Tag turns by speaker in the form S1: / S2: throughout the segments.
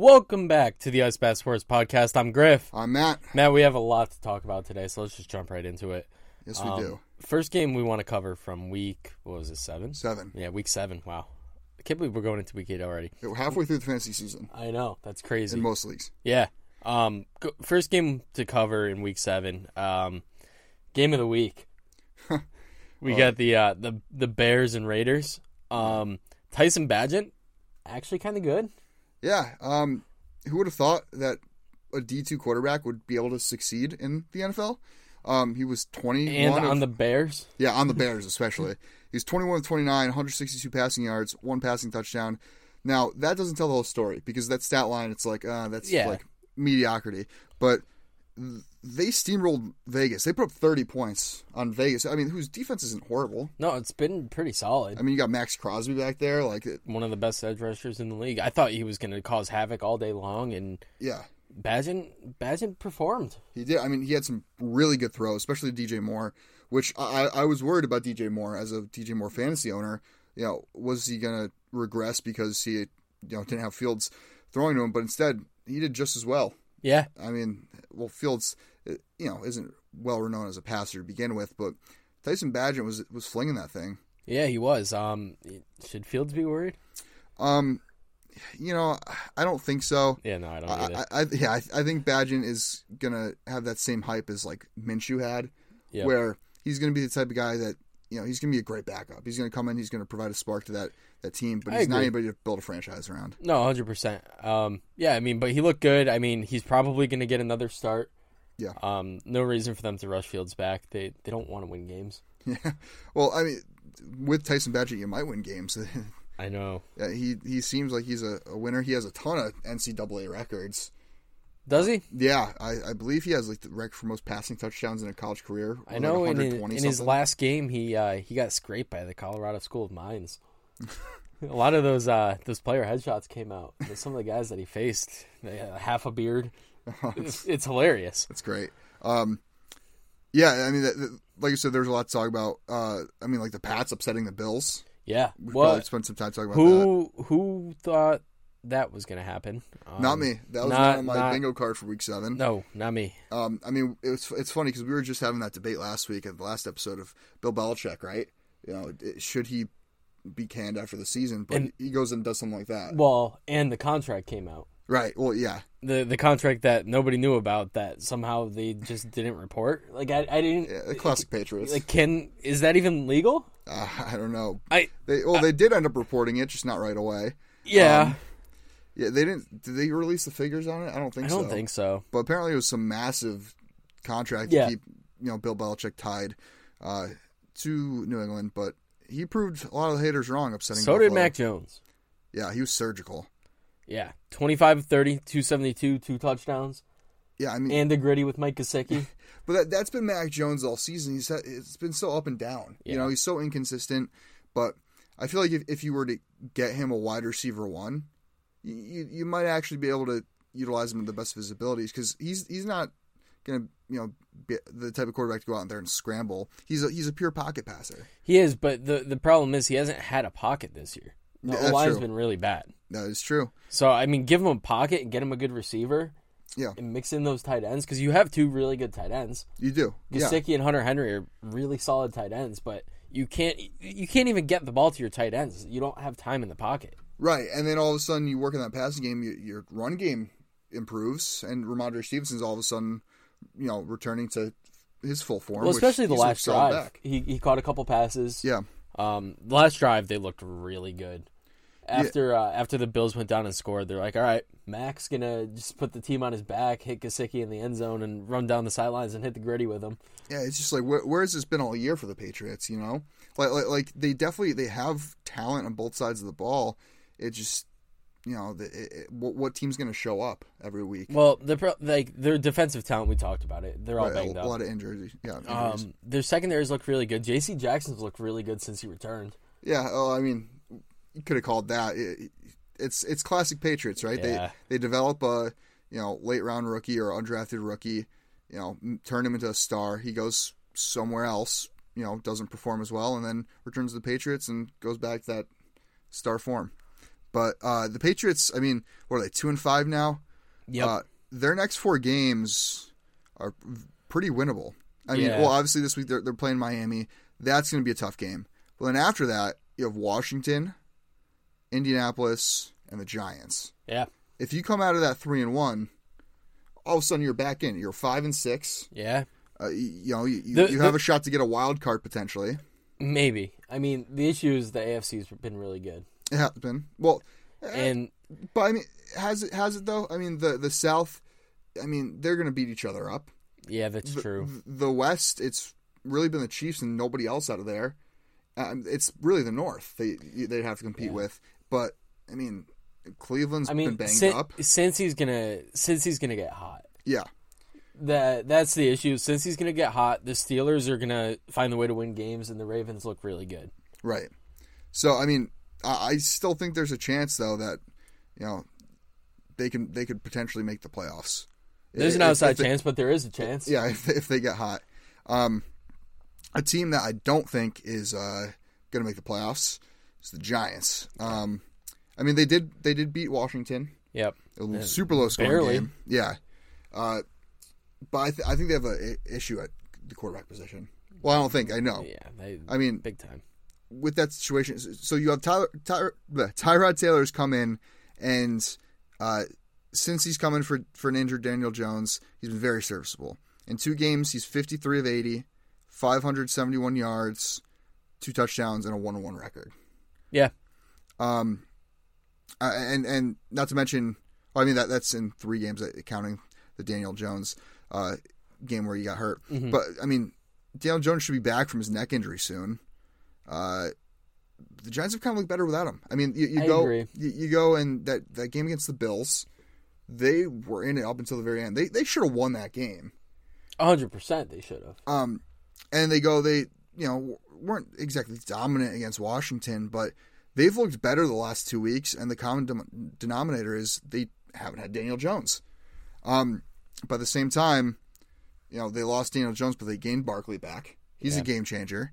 S1: Welcome back to the Ice Bass Sports Podcast. I'm Griff.
S2: I'm Matt.
S1: Matt, we have a lot to talk about today, so let's just jump right into it.
S2: Yes, we
S1: Um,
S2: do.
S1: First game we want to cover from week, what was it, seven?
S2: Seven.
S1: Yeah, week seven. Wow. I can't believe we're going into week eight already.
S2: We're halfway through the fantasy season
S1: I know. That's
S2: in
S1: crazy.
S2: most leagues.
S1: Yeah. Um, go- first game to cover in week seven. Um, game of the week. we
S2: Oh.
S1: got the uh, the the Bears and Raiders. Um, Tyson Badgett, actually kind of good.
S2: Yeah. Um, who would have thought that a D two quarterback would be able to succeed in the NFL? Um, he was twenty
S1: And
S2: one.
S1: on the Bears,
S2: yeah, on the Bears especially. he was twenty one of twenty nine, 162 passing yards, one passing touchdown. Now that doesn't tell the whole story because that stat line, it's like uh, that's
S1: Yeah.
S2: like mediocrity. But th- they steamrolled Vegas. They put up thirty points on Vegas. I mean, whose defense isn't horrible.
S1: no, it's been pretty solid.
S2: I mean, you got Max Crosby back there. Like, it-
S1: One of the best edge rushers in the league. I thought he was going to cause havoc all day long, and
S2: yeah.
S1: Badgett Badgett performed.
S2: He did. I mean, he had some really good throws, especially DJ Moore, which I, I I was worried about DJ Moore as a DJ Moore fantasy owner. You know, was he going to regress because he, you know, didn't have Fields throwing to him? But instead, he did just as well.
S1: Yeah,
S2: I mean, well, Fields, uh, you know, isn't well renowned as a passer to begin with, but Tyson Badgett was was flinging that thing.
S1: yeah, he was. Um, should Fields be worried?
S2: Um, you know, I don't think so.
S1: Yeah, no, I don't either.
S2: I, I, I yeah, I, I think Badgett is gonna have that same hype as like Minshew had.
S1: yeah,
S2: where he's going to be the type of guy that you know he's going to be a great backup. He's going to come in, he's going to provide a spark to that that team, but
S1: I
S2: he's not
S1: agree.
S2: anybody to build a franchise around.
S1: No, hundred percent. Um, yeah, I mean, but he looked good. I mean, he's probably going to get another start.
S2: Yeah.
S1: Um, no reason for them to rush Fields back. They they don't want to win games.
S2: Yeah. Well, I mean, with Tyson Badgett, you might win games.
S1: I know.
S2: Yeah, he he seems like he's a, a winner. He has a ton of NCAA records.
S1: Does he?
S2: Yeah, I, I believe he has like the record for most passing touchdowns in a college career. with,
S1: I know.
S2: Like
S1: in in,
S2: 120
S1: in his
S2: something.
S1: last game, he uh, he got scraped by the Colorado School of Mines. a lot of those uh, those player headshots came out. But Some of the guys that he faced, they had half a beard. It's, it's hilarious.
S2: That's great. Um, yeah, I mean, that, that- like you said, there's a lot to talk about. Uh, I mean, like the Pats upsetting the Bills.
S1: Yeah.
S2: We've
S1: Well,
S2: probably spent some time talking about that.
S1: who who thought that was going to happen? Um,
S2: Not me. That was
S1: not-
S2: not, on my
S1: not-
S2: bingo card for week seven.
S1: No, not me.
S2: Um, I mean, it's it's funny because we were just having that debate last week at the last episode of Bill Belichick, right? You know, it, should he be canned after the season? But
S1: And-
S2: he goes and does something like that,
S1: Well, and the contract came out.
S2: right? Well, yeah,
S1: the the contract that nobody knew about that somehow they just didn't report. Like I, I didn't
S2: yeah the classic Patriots.
S1: like can is that even legal?
S2: uh, I don't know.
S1: I
S2: They well, they did end up reporting it, just not right away. Um,
S1: yeah,
S2: Yeah, they didn't. Did they release the figures on it? I don't think.
S1: I don't
S2: so.
S1: think so.
S2: But apparently, it was some massive contract
S1: Yeah.
S2: to keep you know Bill Belichick tied uh, to New England, but. He proved a lot of the haters wrong, upsetting.
S1: So did
S2: Buffalo.
S1: Mac Jones.
S2: Yeah, he was surgical.
S1: Yeah, 25 of 30, 272, two touchdowns,
S2: Yeah, I mean,
S1: and the gritty with Mike Gesicki.
S2: but that, that's been Mac Jones all season. He's had, it's been so up and down. You
S1: Yeah.
S2: know, he's so inconsistent. But I feel like if, if you were to get him a wide receiver one, you you, you might actually be able to utilize him to the best of his abilities because he's he's not gonna you know be the type of quarterback to go out there and scramble. He's a, he's a pure pocket passer.
S1: he is, but the the problem is he hasn't had a pocket this year. The
S2: Yeah, that's
S1: line's
S2: true.
S1: been really bad.
S2: That is true.
S1: So I mean, give him a pocket and get him a good receiver.
S2: Yeah.
S1: and mix in those tight ends because you have two really good tight ends.
S2: You do. Yeah.
S1: Gesicki and Hunter Henry are really solid tight ends, but you can't you can't even get the ball to your tight ends. You don't have time in the pocket.
S2: Right, and then all of a sudden you work on that passing game, your, your run game improves, and Ramondre Stevenson's all of a sudden, you know, returning to his full form.
S1: Well,
S2: which
S1: especially the
S2: he's a
S1: last
S2: solid
S1: drive,
S2: back.
S1: he he caught a couple passes.
S2: Yeah,
S1: Um, the last drive they looked really good. After uh, after the Bills went down and scored, they're like, all right, Mac's gonna just put the team on his back, hit Gasicki in the end zone, and run down the sidelines and hit the gritty with him.
S2: yeah. It's just like where, where has this been all year for the Patriots? You know, like, like like they definitely they have talent on both sides of the ball. It just you know the, it, it, what, what team's going to show up every week?
S1: Well, the pro- like their defensive talent, we talked about it. They're all
S2: Right,
S1: banged
S2: a,
S1: up.
S2: lot of injuries. Yeah, injuries.
S1: Um, their secondaries look really good. J.C. Jackson's looked really good since he returned.
S2: Yeah, oh, I mean, you could have called that. It- it's it's classic Patriots, right?
S1: Yeah.
S2: They they develop a you know late round rookie or undrafted rookie, you know, m- turn him into a star. He goes somewhere else, you know, doesn't perform as well, and then returns to the Patriots and goes back to that star form. But uh, the Patriots, I mean, what are they two and five now?
S1: Yep.
S2: Uh, their next four games are pretty winnable. I
S1: Yeah.
S2: mean, well, obviously this week they're, they're playing Miami. That's going to be a tough game. But then after that, you have Washington, Indianapolis, and the Giants.
S1: yeah.
S2: If you come out of that three and one, all of a sudden you're back in. You're five and six.
S1: Yeah.
S2: Uh, y- you, know, you, you,
S1: The-
S2: you have
S1: the-
S2: a shot to get a wild card potentially.
S1: Maybe. I mean, the issue is the AFC's been really good.
S2: It happened. Well,
S1: And
S2: But I mean, has it has it though? I mean, the the South, I mean, they're going to beat each other up.
S1: yeah, that's
S2: The-
S1: true.
S2: th- The West, it's really been the Chiefs and nobody else out of there. Um, it's really the North they they'd have to compete with. But I mean, Cleveland's
S1: I
S2: been
S1: mean,
S2: banged
S1: sin-
S2: up.
S1: since he's going to since he's going to get hot.
S2: Yeah,
S1: That that's the issue. Since he's going to get hot, the Steelers are going to find the way to win games and the Ravens look really good.
S2: right. So I mean, I, I still think there's a chance though that you know they can they could potentially make the playoffs.
S1: There's an
S2: If- if
S1: outside
S2: they-
S1: chance, but there is a chance.
S2: Yeah, if they, if they get hot. Um, a team that I don't think is uh, going to make the playoffs is the Giants. Um, I mean, they did they did beat Washington,
S1: Yep.
S2: a l- super low scoring
S1: barely.
S2: game. Yeah, uh, but I, th- I think they have an issue at the quarterback position. Well, I don't think I know.
S1: Yeah, they,
S2: I mean,
S1: big time.
S2: with that situation, so you have Tyler, Tyler bleh, Tyrod Taylor's come in, and uh, since he's coming for for an injured Daniel Jones, he's been very serviceable. In two games, he's 53 of 80, 571 yards, two touchdowns, and a one-on-one record.
S1: Yeah.
S2: Um, uh, and and not to mention, well, I mean that that's in three games, uh, counting the Daniel Jones uh, game where he got hurt.
S1: Mm-hmm.
S2: But I mean, Daniel Jones should be back from his neck injury soon. Uh, the Giants have kind of looked better without him. I mean, you, you
S1: I
S2: go
S1: agree.
S2: You, you go and that that game against the Bills, they were in it up until the very end. They they should have won that game.
S1: 100% they should have.
S2: Um, and they go, they you know weren't exactly dominant against Washington, but they've looked better the last two weeks. And the common dem- denominator is they haven't had Daniel Jones. Um, but at the same time, you know they lost Daniel Jones, but they gained Barkley back. He's a game changer,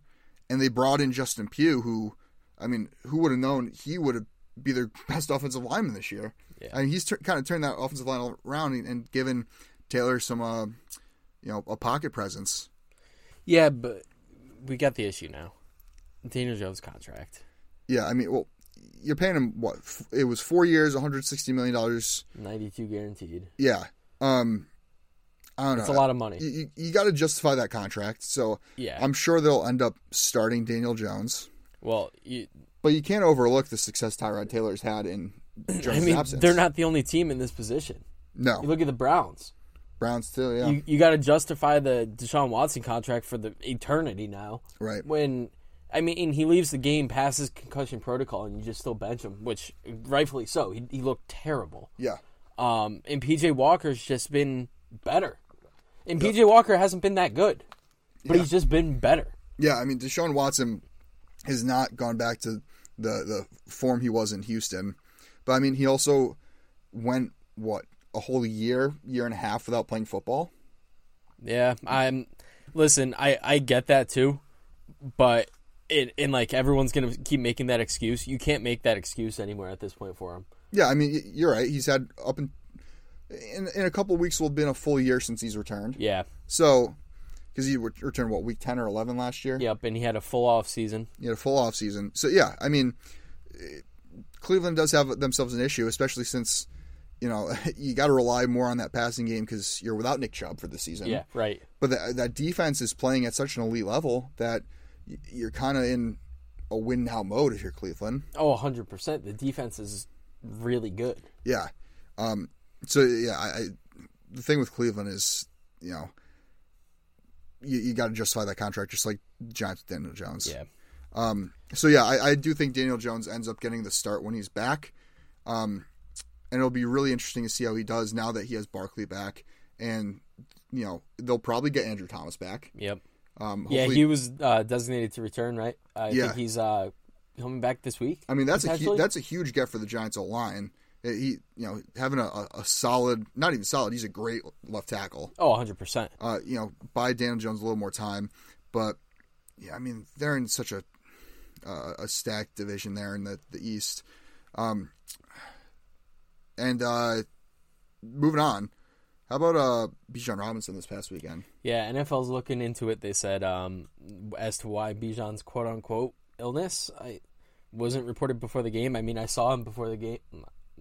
S2: and they brought in Justin Pugh, who, I mean, who would have known he would have be their best offensive lineman this year.
S1: Yeah.
S2: And he's tur kind of turned that offensive line around and, and given Taylor some, uh, you know, a pocket presence.
S1: Yeah, but we got the issue now. Daniel Jones contract.
S2: Yeah, I mean, well, you're paying him what? F- it was four years, 160 million dollars.
S1: 92 guaranteed.
S2: Yeah. Um, I don't know.
S1: It's a lot of money.
S2: You, you, you got to justify that contract. So
S1: Yeah.
S2: I'm sure they'll end up starting Daniel Jones,
S1: well, you,
S2: but you can't overlook the success Tyrod Taylor's had in Jones'
S1: I mean,
S2: absence.
S1: they're not the only team in this position. You
S2: No,
S1: look at the Browns.
S2: Browns too. Yeah,
S1: You you got to justify the Deshaun Watson contract for the eternity now.
S2: right.
S1: When I mean, he leaves the game, passes concussion protocol, and you just still bench him, which rightfully so. He, he looked terrible.
S2: Yeah,
S1: Um, and PJ Walker's just been better. And PJ Walker hasn't been that good, but he's just been better.
S2: yeah. I mean, Deshaun Watson has not gone back to the the form he was in Houston, but I mean, he also went what a whole year, year and a half without playing football.
S1: Yeah, I'm. Listen, I I get that too, but it and like everyone's gonna keep making that excuse. You can't make that excuse anymore at this point for him.
S2: Yeah, I mean, y- you're right. He's had up in in, in a couple weeks will have been a full year since he's returned.
S1: Yeah,
S2: So, because he re- returned what week ten or eleven last year,
S1: yep. And he had a full off season.
S2: he had a full off season. So yeah, I mean, eh, Cleveland does have themselves an issue, especially since you know you got to rely more on that passing game because you're without Nick Chubb for the season.
S1: Yeah, right.
S2: But that, that defense is playing at such an elite level that y- you're kind of in a win now mode if you're Cleveland.
S1: Oh, 100 percent. The defense is really good.
S2: Yeah. Um, so yeah, I, I the thing with Cleveland is you know you, you got to justify that contract just like Giants with Daniel Jones.
S1: Yeah,
S2: Um, so yeah, I, I do think Daniel Jones ends up getting the start when he's back, um, and it'll be really interesting to see how he does now that he has Barkley back, and you know they'll probably get Andrew Thomas back.
S1: yep.
S2: Um,
S1: Yeah,
S2: hopefully-
S1: he was uh, designated to return. Right. I
S2: Yeah.
S1: think he's uh, coming back this week.
S2: I mean, that's a hu-
S1: Potentially?
S2: that's a huge get for the Giants' O line. He, you know, having a, a, a solid, not even solid, he's a great left tackle.
S1: Oh, 100 percent.
S2: uh, you know, buy Daniel Jones a little more time. But yeah, I mean, they're in such a uh, a stacked division there in the the East. Um, and uh, moving on, how about uh, Bijan Robinson this past weekend?
S1: Yeah, NFL's looking into it. They said um, as to why Bijan's quote unquote illness I wasn't reported before the game. I mean, I saw him before the game.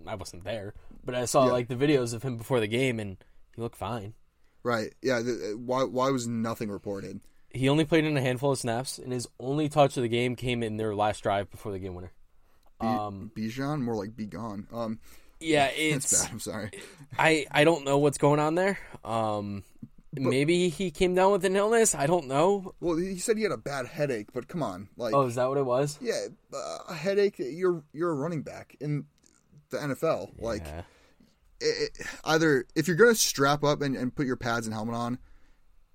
S1: I wasn't there, but I saw
S2: Yeah.
S1: like the videos of him before the game, and he looked fine.
S2: Right. Yeah. Th- uh, why? Why was nothing reported?
S1: He only played in a handful of snaps, and his only touch of the game came in their last drive before the game winner.
S2: Be-
S1: Um,
S2: Bijan, more like be gone. Um,
S1: yeah,
S2: that's
S1: it's
S2: bad. I'm sorry.
S1: I I don't know what's going on there. Um, maybe he came down with an illness. I don't know.
S2: Well, he said he had a bad headache, but come on, like,
S1: Oh, is that what it was?
S2: yeah, uh, a headache. You're you're a running back in the NFL. Like,
S1: Yeah.
S2: it, it- either if you're gonna strap up and, and put your pads and helmet on,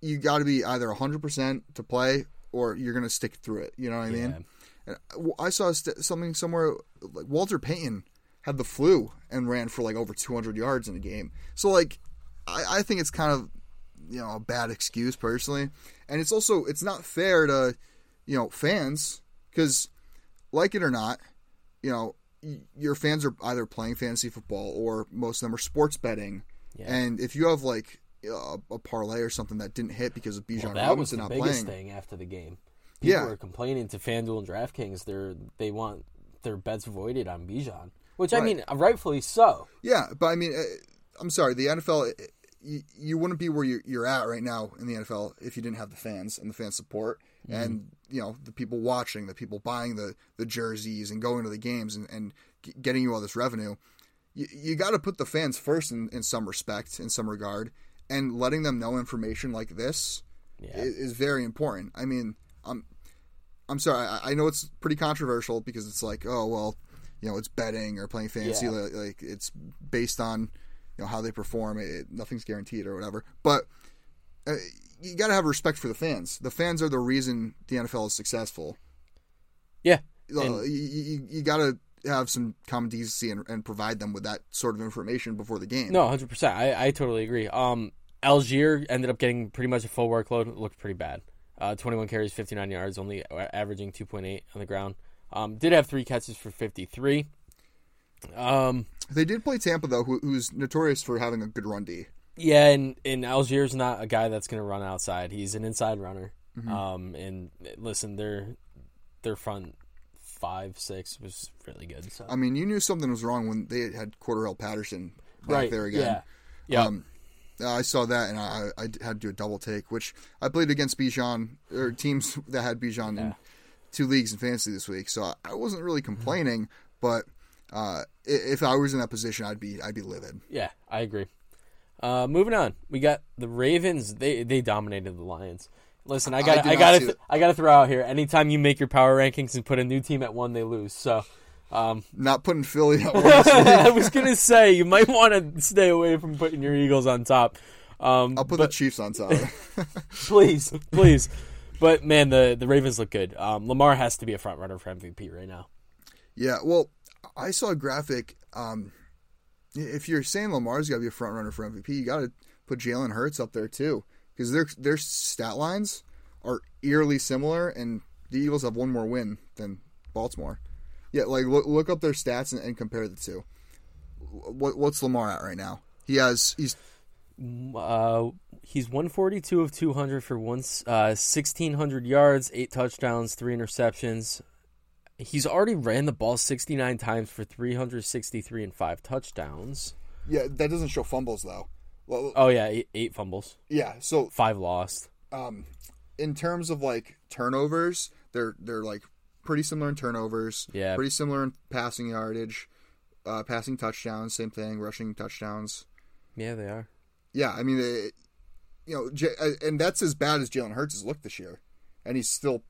S2: you got to be either 100 percent to play or you're gonna stick through it. You know what I mean? And I- well, I saw st- something somewhere like Walter Payton had the flu and ran for like over 200 yards in a game. So like, I, I think it's kind of you know a bad excuse personally, and it's also it's not fair to you know fans because like it or not, you know y- your fans are either playing fantasy football or most of them are sports betting,
S1: Yeah.
S2: and if you have like a, a parlay or something that didn't hit because of Bijan
S1: Well, that was
S2: Robinson
S1: the
S2: not
S1: biggest
S2: playing,
S1: thing after the game. People
S2: Yeah.
S1: were complaining to FanDuel and DraftKings. They're they want their bets voided on Bijan, which I
S2: Right.
S1: mean, rightfully so.
S2: Yeah, but I mean, uh, I'm sorry. The NFL, uh, you, you wouldn't be where you- you're at right now in the NFL if you didn't have the fans and the fan support and you know the people watching, the people buying the the jerseys and going to the games and, and g- getting you all this revenue. You, you got to put the fans first in, in some respect, in some regard, and letting them know information like this
S1: Yeah.
S2: i- is, very important. I mean, I'm I'm sorry. I, I know it's pretty controversial because it's like, oh well, you know, it's betting or playing fantasy.
S1: Yeah.
S2: Like, like, it's based on you know how they perform. It, it- nothing's guaranteed or whatever. But uh, you got to have respect for the fans. The fans are the reason the NFL is successful. Uh,
S1: yeah,
S2: You know,
S1: And-
S2: you, you, you got to have some common decency and, and provide them with that sort of information before the game.
S1: no, hundred percent. I I totally agree. Um, Algier ended up getting pretty much a full workload. It looked pretty bad. Uh, 21 carries, 59 yards, only averaging 2.8 on the ground. Um, did have three catches for 53. Um,
S2: They did play Tampa though, who, who's notorious for having a good run D.
S1: Yeah, and and Algiers not a guy that's going to run outside. He's an inside runner.
S2: Mm-hmm.
S1: Um, and listen, their their front five six was really good. So
S2: I mean, you knew something was wrong when they had Cordell Patterson back there again.
S1: Yeah, yeah,
S2: Um, I saw that and I, I had to do a double take, which I played against Bijan or teams that had Bijan in two leagues in fantasy this week, so I, I wasn't really complaining. But uh, i- if I was in that position, I'd be I'd be livid.
S1: yeah. I agree. Uh, moving on, we got the Ravens. They they dominated the Lions. Listen, I got
S2: did
S1: I,
S2: not
S1: got to
S2: see
S1: th-
S2: that.
S1: I got to throw out here. Anytime you make your power rankings and put a new team at one, they lose. So. Um,
S2: Not putting Philly at one.
S1: I was gonna say you might want to stay away from putting your Eagles on top. Um,
S2: I'll put the Chiefs on top.
S1: please, please. But man, the the Ravens look good. Um, Lamar has to be a front runner for MVP right now.
S2: yeah, well, I saw a graphic. Um, i- if you're saying Lamar's got to be a front runner for MVP, you got to put Jalen Hurts up there too, because their their stat lines are eerily similar, and the Eagles have one more win than Baltimore. Yeah, like look, look up their stats and, and compare the two. What, what's Lamar at right now? He has he's
S1: Uh, he's 142 of 200 for one, uh, 1600 yards, eight touchdowns, three interceptions. He's already ran the ball 69 times for 363 and five touchdowns.
S2: yeah that doesn't show fumbles though. Well,
S1: Oh yeah, eight, eight fumbles,
S2: yeah, so
S1: five lost.
S2: um, in terms of like turnovers, they're they're like pretty similar in turnovers.
S1: Yeah.
S2: Pretty similar in passing yardage, uh, passing touchdowns, same thing, rushing touchdowns.
S1: Yeah, they are.
S2: Yeah, I mean, it, you know, J- uh, and that's as bad as Jalen Hurts has looked this year, and he's still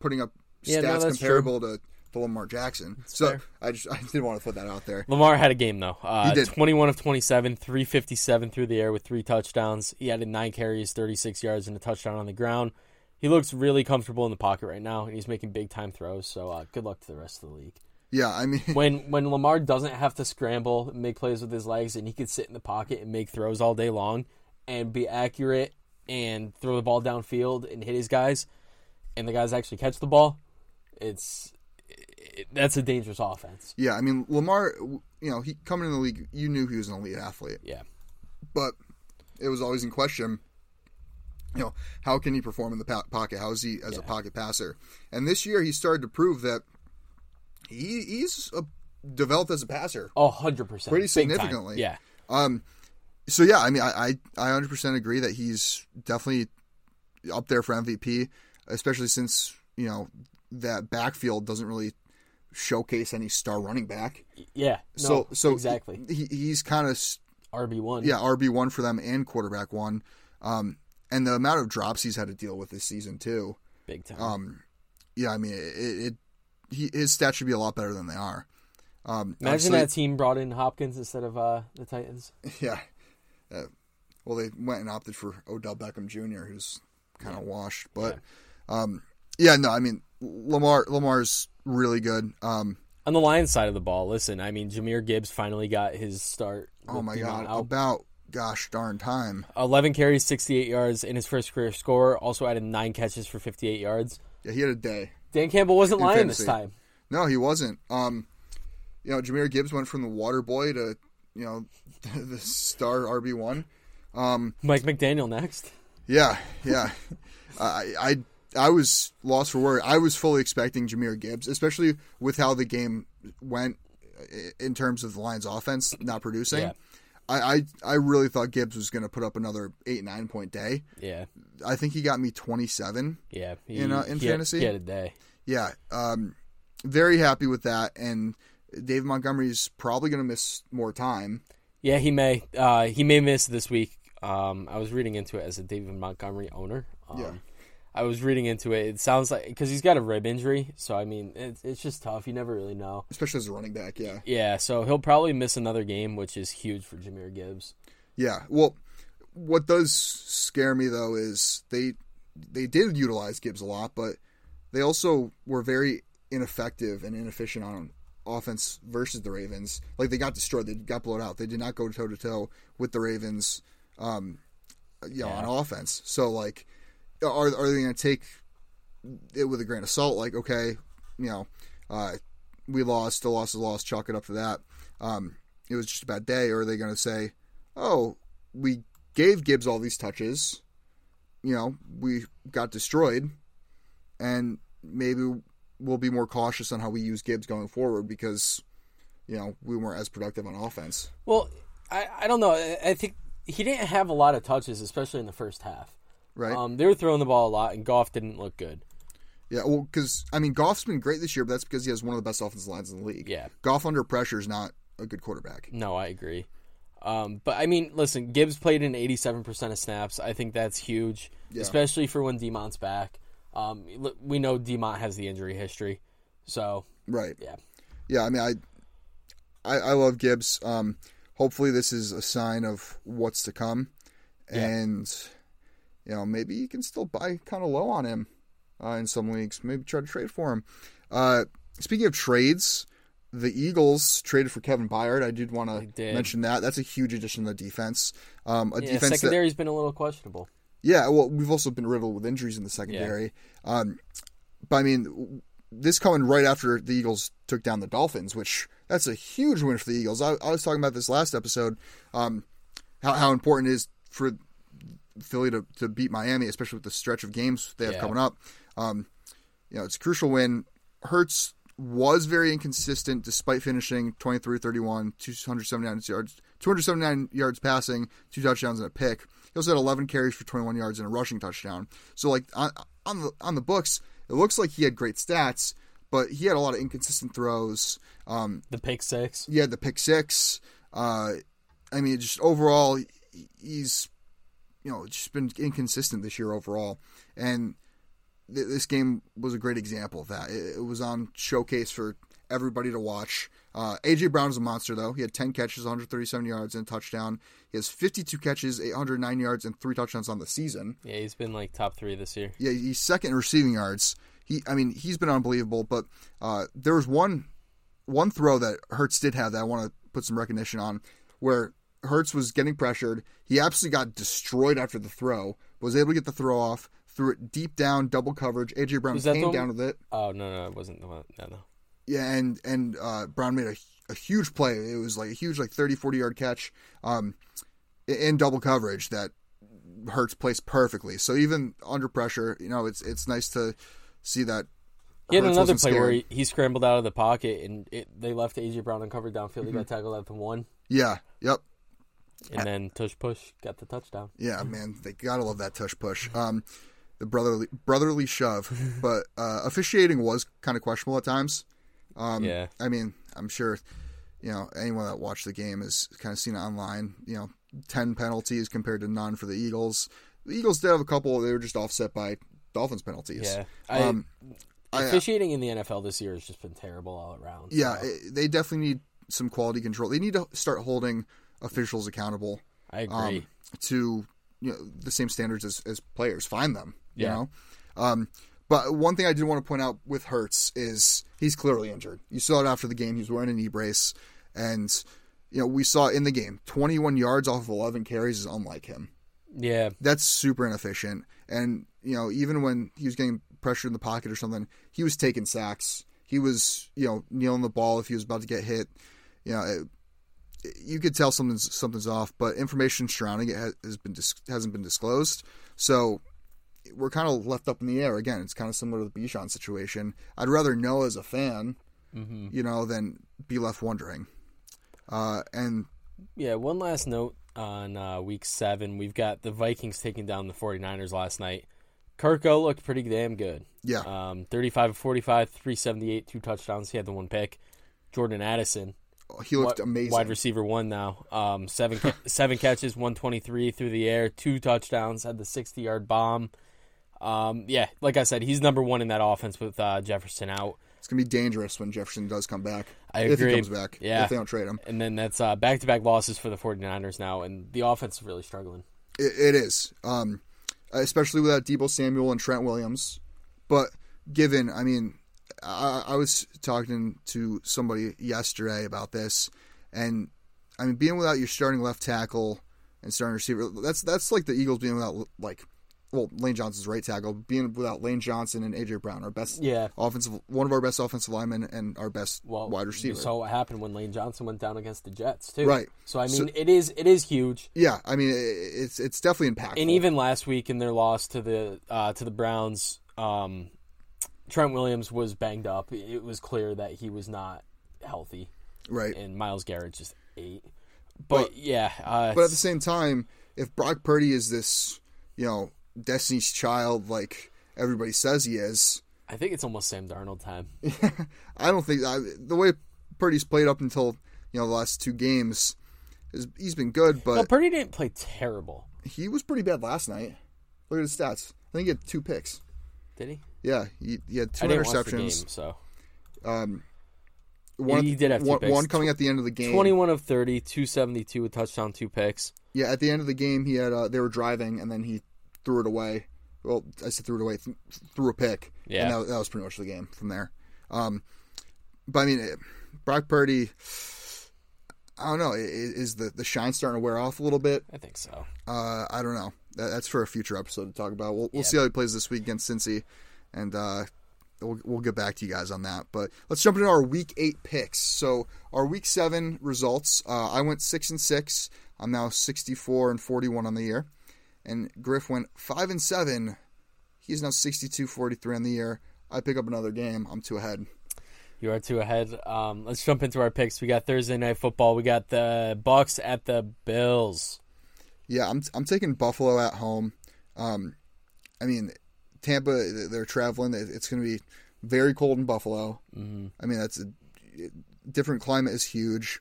S2: putting up
S1: Yeah, no,
S2: stats
S1: that's
S2: comparable to. To Lamar Jackson, so
S1: fair.
S2: I just I did want to put that out there.
S1: Lamar had a game though. Uh,
S2: He did.
S1: 21 of 27, 357 through the air with three touchdowns. He added nine carries, 36 yards, and a touchdown on the ground. He looks really comfortable in the pocket right now, and he's making big time throws. So uh, good luck to the rest of the league.
S2: Yeah, I mean,
S1: When when Lamar doesn't have to scramble and make plays with his legs, and he could sit in the pocket and make throws all day long, and be accurate and throw the ball downfield and hit his guys, and the guys actually catch the ball, it's that's a dangerous offense.
S2: Yeah, I mean Lamar, you know, he coming in the league, you knew he was an elite athlete,
S1: Yeah.
S2: but it was always in question. You know, how can he perform in the po- pocket? How is he as a pocket passer? And this year, he started to prove that he, he's a, developed as a passer.
S1: A hundred percent.
S2: Pretty
S1: Big time.
S2: significantly.
S1: Yeah.
S2: Um, so yeah, I mean, I I hundred percent agree that he's definitely up there for MVP, especially since you know that backfield doesn't really showcase any star running back.
S1: Yeah. No,
S2: so so
S1: exactly.
S2: he, he's kind of
S1: RB one.
S2: yeah RB one for them and quarterback one, um, and the amount of drops he's had to deal with this season too.
S1: Big time.
S2: Um, yeah, I mean it. it he, his stats should be a lot better than they are. Um,
S1: Imagine
S2: obviously-
S1: that team brought in Hopkins instead of uh, the Titans.
S2: Yeah. Uh, well, they went and opted for Odell Beckham Jr., who's kind of washed. But um, yeah, no, I mean Lamar Lamar's really good. Um,
S1: On the Lions side of the ball, listen, I mean, Jameer Gibbs finally got his start.
S2: oh
S1: with
S2: my
S1: Demond
S2: god,
S1: Al-
S2: about gosh darn time.
S1: 11 carries, 68 yards in his first career score. Also added nine catches for 58 yards.
S2: Yeah, he had a day.
S1: Dan Campbell wasn't
S2: In
S1: lying
S2: fantasy.
S1: this time.
S2: No, he wasn't. Um, you know, Jameer Gibbs went from the water boy to you know the star RB one.
S1: Mike McDaniel next.
S2: Yeah, yeah. I, I I was lost for word. I was fully expecting Jameer Gibbs, especially with how the game went i- in terms of the Lions' offense not producing.
S1: Yeah.
S2: I, I I really thought Gibbs was going to put up another eight nine point day.
S1: Yeah.
S2: I think he got me twenty seven.
S1: Yeah. He,
S2: In, uh, in
S1: he had-
S2: fantasy?
S1: He had a day.
S2: Yeah, um, very happy with that. And Dave Montgomery's probably going to miss more time.
S1: Yeah, he may. Uh, he may miss this week. Um, I was reading into it as a David Montgomery owner. Um,
S2: Yeah.
S1: I was reading into it. It sounds like because he's got a rib injury, so I mean, it's it's just tough. You never really know.
S2: Especially as a running back, yeah,
S1: Yeah, so he'll probably miss another game, which is huge for Jameer Gibbs.
S2: yeah. Well, what does scare me though is they they did utilize Gibbs a lot, but they also were very ineffective and inefficient on offense versus the Ravens. Like they got destroyed, they got blown out. They did not go toe to toe with the Ravens, um, you know, on offense. So like, are are they going to take it with a grain of salt? Like, okay, you know, uh, we lost, the loss is a loss. Chalk it up to that. Um, it was just a bad day. Or are they going to say, oh, we gave Gibbs all these touches, you know, we got destroyed and maybe we'll be more cautious on how we use Gibbs going forward because you know we weren't as productive on offense.
S1: Well, I, I don't know. I- I think he didn't have a lot of touches, especially in the first half.
S2: Right?
S1: Um, they were throwing the ball a lot, and Goff didn't look good.
S2: yeah. Well, because I mean, Goff's been great this year, but that's because he has one of the best offensive lines in the league.
S1: Yeah.
S2: Goff under pressure is not a good quarterback.
S1: No, I agree. Um, but I mean, listen, Gibbs played in 87% of snaps. I think that's huge, especially for when Demont's back. Um, l- we know Demont has the injury history, so
S2: Right.
S1: yeah,
S2: Yeah. I mean, I, I, I love Gibbs. Um, hopefully this is a sign of what's to come, and you know maybe you can still buy kind of low on him uh, in some leagues. Maybe try to trade for him. Uh, speaking of trades, the Eagles traded for Kevin Byard. I did want to
S1: did.
S2: mention that. That's a huge addition to the defense. Um, a
S1: yeah
S2: defense that
S1: secondary's been a little questionable.
S2: yeah, well, we've also been riddled with injuries in the secondary. Um, but I mean, w- this coming right after the Eagles took down the Dolphins, which that's a huge win for the Eagles. I, I was talking about this last episode, um, how, how important it is for Philly to, to beat Miami, especially with the stretch of games they have
S1: Yeah.
S2: coming up. Um, you know, it's a crucial win. Hertz was very inconsistent despite finishing 23 31, 279 yards, 279 yards passing, two touchdowns and a pick. He also had 11 carries for 21 yards and a rushing touchdown. So like on, on the on the books, it looks like he had great stats, but he had a lot of inconsistent throws. Um,
S1: The pick six,
S2: he had the pick six. Uh, I mean, just overall, he- he's you know just been inconsistent this year overall, and th- this game was a great example of that. It, it was on showcase for everybody to watch. Uh, AJ Brown is a monster though. He had 10 catches, 137 yards, and a touchdown. He has 52 catches, 809 yards, and three touchdowns on the season.
S1: yeah, he's been like top three this year.
S2: Yeah, he's second in receiving yards. He, I mean, he's been unbelievable. But uh, there was one one throw that Hertz did have that I want to put some recognition on, where Hertz was getting pressured. He absolutely got destroyed after the throw. Was able to get the throw off. Threw it deep down, double coverage. AJ Brown
S1: Was that
S2: came
S1: the-
S2: down with it.
S1: Oh no, no, it wasn't the one. No, no,
S2: Yeah, and and uh, Brown made a, a huge play. It was like a huge like 30, 40 yard catch um, in double coverage that Hurts placed perfectly. So even under pressure, you know, it's it's nice to see that.
S1: He had
S2: Hurts
S1: another
S2: wasn't
S1: play
S2: scared.
S1: where he, he scrambled out of the pocket and it, they left AJ Brown uncovered downfield. He got
S2: Mm-hmm.
S1: tackled at the one,
S2: Yeah. Yep.
S1: and then tush push got the touchdown.
S2: Yeah, man, they gotta love that tush push. Um, the brotherly brotherly shove, but uh, officiating was kind of questionable at times. Um,
S1: Yeah.
S2: I mean, I'm sure you know anyone that watched the game has kind of seen it online. You know, ten penalties compared to none for the Eagles. The Eagles did have a couple; they were just offset by Dolphins penalties.
S1: Yeah, I,
S2: Um, I-
S1: officiating in the NFL this year has just been terrible all around.
S2: yeah, it- they definitely need some quality control. They need to start holding officials accountable.
S1: I agree.
S2: um, to you know the same standards as, as players. Find them, you
S1: Yeah.
S2: know. Um, but one thing I did want to point out with Hertz is he's clearly injured. You saw it after the game; he was wearing a knee brace, and you know we saw in the game 21 yards off of 11 carries is unlike him.
S1: yeah,
S2: That's super inefficient. And you know even when he was getting pressure in the pocket or something, he was taking sacks. He was you know kneeling the ball if he was about to get hit. You know it, you could tell something's something's off, but information surrounding it has, has been dis- hasn't been disclosed. So we're kind of left up in the air again. It's kind of similar to the Bichon situation. I'd rather know as a fan,
S1: Mm-hmm.
S2: you know, than be left wondering. Uh, and
S1: yeah. One last note on uh, week seven, we've got the Vikings taking down the 49ers last night. Kirko looked pretty damn good.
S2: yeah,
S1: Um, 35 of 45, 378, two touchdowns. He had the one pick. Jordan Addison,
S2: he looked amazing.
S1: Uh, wide receiver one now. Um, seven ca- seven catches, 123 through the air, two touchdowns, had the 60 yard bomb. Um, yeah, like I said, he's number one in that offense with uh, Jefferson out.
S2: it's gonna be dangerous when Jefferson does come back.
S1: I
S2: If he
S1: agree.
S2: comes back,
S1: Yeah.
S2: if they don't trade him,
S1: And then that's uh, back-to-back losses for the 49ers now, and the offense is really struggling.
S2: It, it is, um, especially without Debo Samuel and Trent Williams. But given, I mean, I, I was talking to somebody yesterday about this, and I mean, being without your starting left tackle and starting receiver, that's that's like the Eagles being without like, well, Lane Johnson's right tackle, being without Lane Johnson and AJ Brown, our best
S1: Yeah.
S2: offensive, one of our best offensive linemen and our best
S1: Well,
S2: wide receiver.
S1: You saw what happened when Lane Johnson went down against the Jets too.
S2: Right.
S1: So I mean, it is it is huge.
S2: yeah, I mean, it, it's it's definitely impactful.
S1: And even last week in their loss to the uh, to the Browns, um, Trent Williams was banged up. It was clear that he was not healthy,
S2: right.
S1: and Miles Garrett just ate. But, yeah, uh,
S2: But at the same time, if Brock Purdy is this, you know, Destiny's Child like everybody says he is,
S1: I think it's almost Sam Darnold time.
S2: I don't think I, the way Purdy's played up until you know the last two games, is, he's been good,
S1: Well,
S2: but
S1: Purdy didn't play terrible,
S2: he was pretty bad last night. Look at his stats. I think he had two picks.
S1: did he?
S2: Yeah, he, he had two
S1: I didn't watch the game,
S2: interceptions.
S1: so
S2: One,
S1: He did have two
S2: one,
S1: picks.
S2: one coming at the end of the game.
S1: 21 of 30, 272, a touchdown, two picks.
S2: Yeah, at the end of the game, he had uh, they were driving and then he threw it away. Well, I said threw it away, th- threw a pick.
S1: Yeah.
S2: and that, that was pretty much the game from there. Um, but I mean, it, Brock Purdy, I don't know, i- i- is the the shine starting to wear off a little bit?
S1: I think so.
S2: Uh, I don't know. That, that's for a future episode to talk about. We'll, we'll see how he plays this week against Cincy, and uh, we'll, we'll get back to you guys on that. But let's jump into our Week Eight picks. So our Week Seven results. Uh, I went six and six. I'm now 64 and 41 on the year, and Griff went five and seven. He's now 62, 43 on the year. I pick up another game. I'm two ahead.
S1: You are two ahead. Um, let's jump into our picks. We got Thursday night football. We got the Bucks at the Bills.
S2: Yeah, I'm I'm taking Buffalo at home. Um, I mean, Tampa they're traveling. It- It's going to be very cold in Buffalo.
S1: Mm-hmm.
S2: mm I mean, that's a different climate is huge.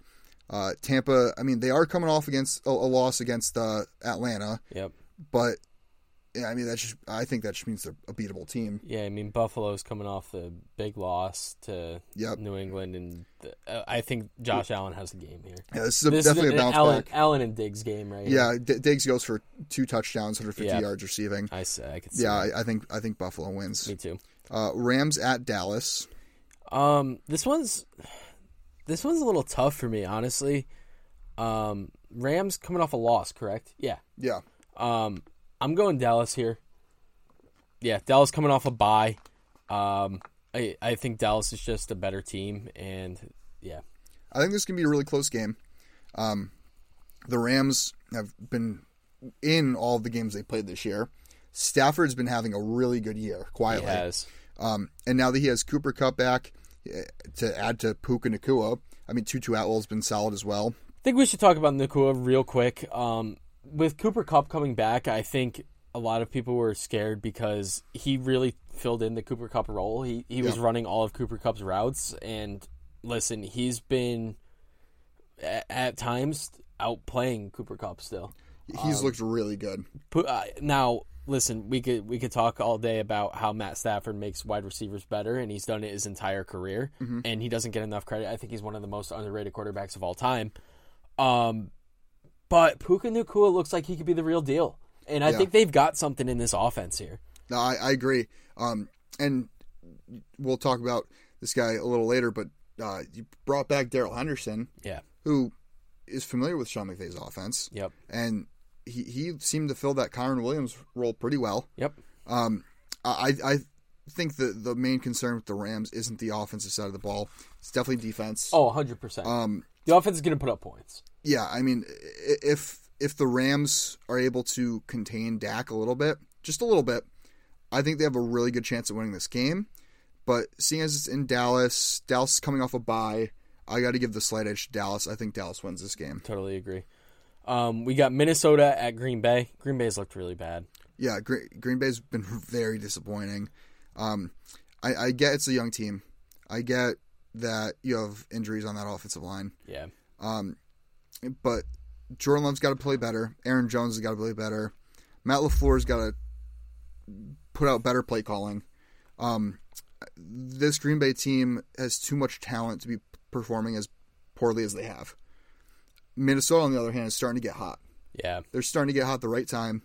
S2: Uh, Tampa. I mean, they are coming off against a, a loss against uh, Atlanta,
S1: Yep.
S2: but yeah, I mean that's just I think that just means they're a beatable team.
S1: Yeah, I mean Buffalo's coming off the big loss to
S2: Yep.
S1: New England, and the, uh, I think Josh Allen has the game here.
S2: Yeah, this is a,
S1: This is
S2: definitely a
S1: an
S2: bounce
S1: Allen,
S2: back.
S1: Allen and Diggs game, right? here.
S2: Yeah, D- Diggs goes for two touchdowns, 150
S1: Yeah.
S2: yards receiving.
S1: I see. I could see.
S2: Yeah,
S1: that.
S2: I, I think I think Buffalo wins.
S1: me too.
S2: Uh, Rams at Dallas.
S1: Um, this one's this one's a little tough for me, honestly. Um, Rams coming off a loss, correct? Yeah.
S2: Yeah.
S1: Um, I'm going Dallas here. Yeah, Dallas coming off a bye. Um, I I think Dallas is just a better team, and yeah,
S2: I think this can be a really close game. Um, the Rams have been in all the games they played this year. Stafford's been having a really good year,
S1: he
S2: quietly.
S1: has.
S2: Um, and now that he has Cooper Cup back eh, to add to Puka Nakua, I mean, Tutu Atwell's been solid as well.
S1: I think we should talk about Nakua real quick. Um, with Cooper Cup coming back, I think a lot of people were scared because he really filled in the Cooper Cup role. He he was running all of Cooper Cup's routes, and listen, he's been at, at times outplaying Cooper Cup still. Um,
S2: He's looked really good.
S1: Pu- uh, now listen we could we could talk all day about how matt stafford makes wide receivers better and he's done it his entire career and he doesn't get enough credit i think he's one of the most underrated quarterbacks of all time um but puka nakua looks like he could be the real deal and i think they've got something in this offense here
S2: No, I, I agree. Um, and we'll talk about this guy a little later, but uh, you brought back Daryl Henderson,
S1: yeah
S2: who is familiar with Sean McVay's offense,
S1: yep
S2: and he, he seemed to fill that Kyron Williams role pretty well.
S1: yep
S2: Um, I, I I think the, the main concern with the Rams isn't the offensive side of the ball. It's definitely defense.
S1: oh 100%
S2: Um,
S1: the offense is going to put up points
S2: yeah, I mean, i- if if the Rams are able to contain Dak a little bit, just a little bit, I think they have a really good chance of winning this game. But seeing as it's in Dallas, Dallas is coming off a bye, I got to give the slight edge to Dallas. I think Dallas wins this game.
S1: totally agree um, we got minnesota at green bay green bay's looked really bad
S2: Yeah, Green, Green Bay's been very disappointing. Um, I, I get it's a young team. I get that you have injuries on that offensive line.
S1: yeah
S2: Um, but Jordan Love's got to play better. Aaron Jones has got to play better. Matt Lafleur's got to put out better play calling. Um, this Green Bay team has too much talent to be performing as poorly as they have. Minnesota, on the other hand, is starting to get hot.
S1: yeah
S2: They're starting to get hot at the right time.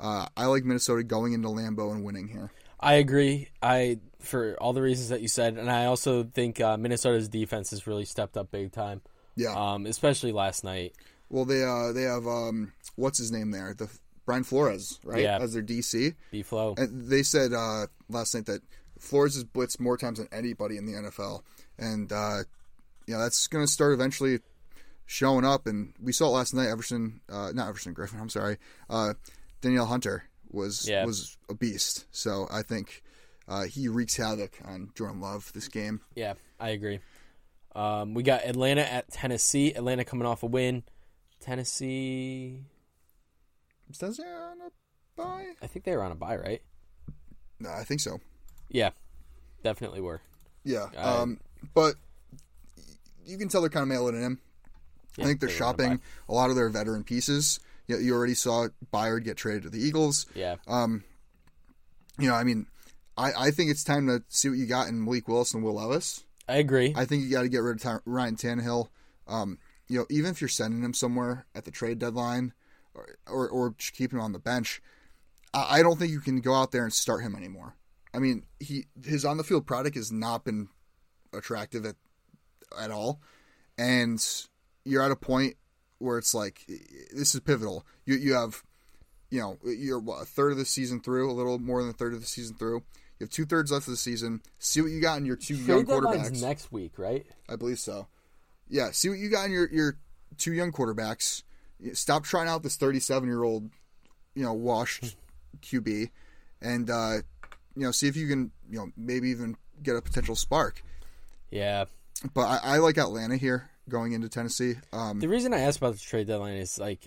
S2: Uh, I like Minnesota going into Lambeau and winning here.
S1: I agree. I for all the reasons that you said, and I also think uh, Minnesota's defense has really stepped up big time,
S2: Yeah.
S1: um, especially last night.
S2: Well, they uh, they have um, what's his name there, the Brian Flores, right,
S1: Yeah.
S2: as their DC.
S1: B flow.
S2: And they said uh, last night that Flores has blitzed more times than anybody in the NFL, and uh, you know that's going to start eventually showing up. And we saw it last night. Everson, uh, not Everson Griffin. I'm sorry. Uh, Danielle Hunter was
S1: Yeah.
S2: was a beast. So I think uh, he wreaks havoc on Jordan Love this game.
S1: Yeah, I agree. Um, we got Atlanta at Tennessee. Atlanta coming off a win. Tennessee,
S2: Does Aaron a bye?
S1: I think they were on a bye, right?
S2: No, I think so.
S1: Yeah, definitely were.
S2: Yeah.
S1: I-
S2: Um, but y- you can tell they're kind of mailing it in.
S1: Yeah,
S2: I think
S1: they
S2: they're
S1: were on a
S2: shopping
S1: bye.
S2: a lot of their veteran pieces. You, you already saw Byard get traded to the Eagles.
S1: Yeah,
S2: Um, you know, I mean, I, I think it's time to see what you got in Malik Willis and Will Levis.
S1: I agree.
S2: I think you got to get rid of Ty- Ryan Tannehill. Um, you know, even if you're sending him somewhere at the trade deadline or, or, or just keep him on the bench, I, I don't think you can go out there and start him anymore. I mean, he his on the field product has not been attractive at at all, and you're at a point where it's like i- i- this is pivotal. You you have you know you're what, a third of the season through, a little more than a third of the season through. You have two thirds left of the season. See what you got in your two young
S1: Trade
S2: quarterbacks.
S1: deadline's next week, right?
S2: I believe so. Yeah, see what you got in your, your two young quarterbacks. Stop trying out this 37 year old, you know, washed QB, and uh, you know, see if you can, you know, maybe even get a potential spark.
S1: Yeah.
S2: But I, I like Atlanta here going into Tennessee. Um,
S1: The reason I asked about the trade deadline is like,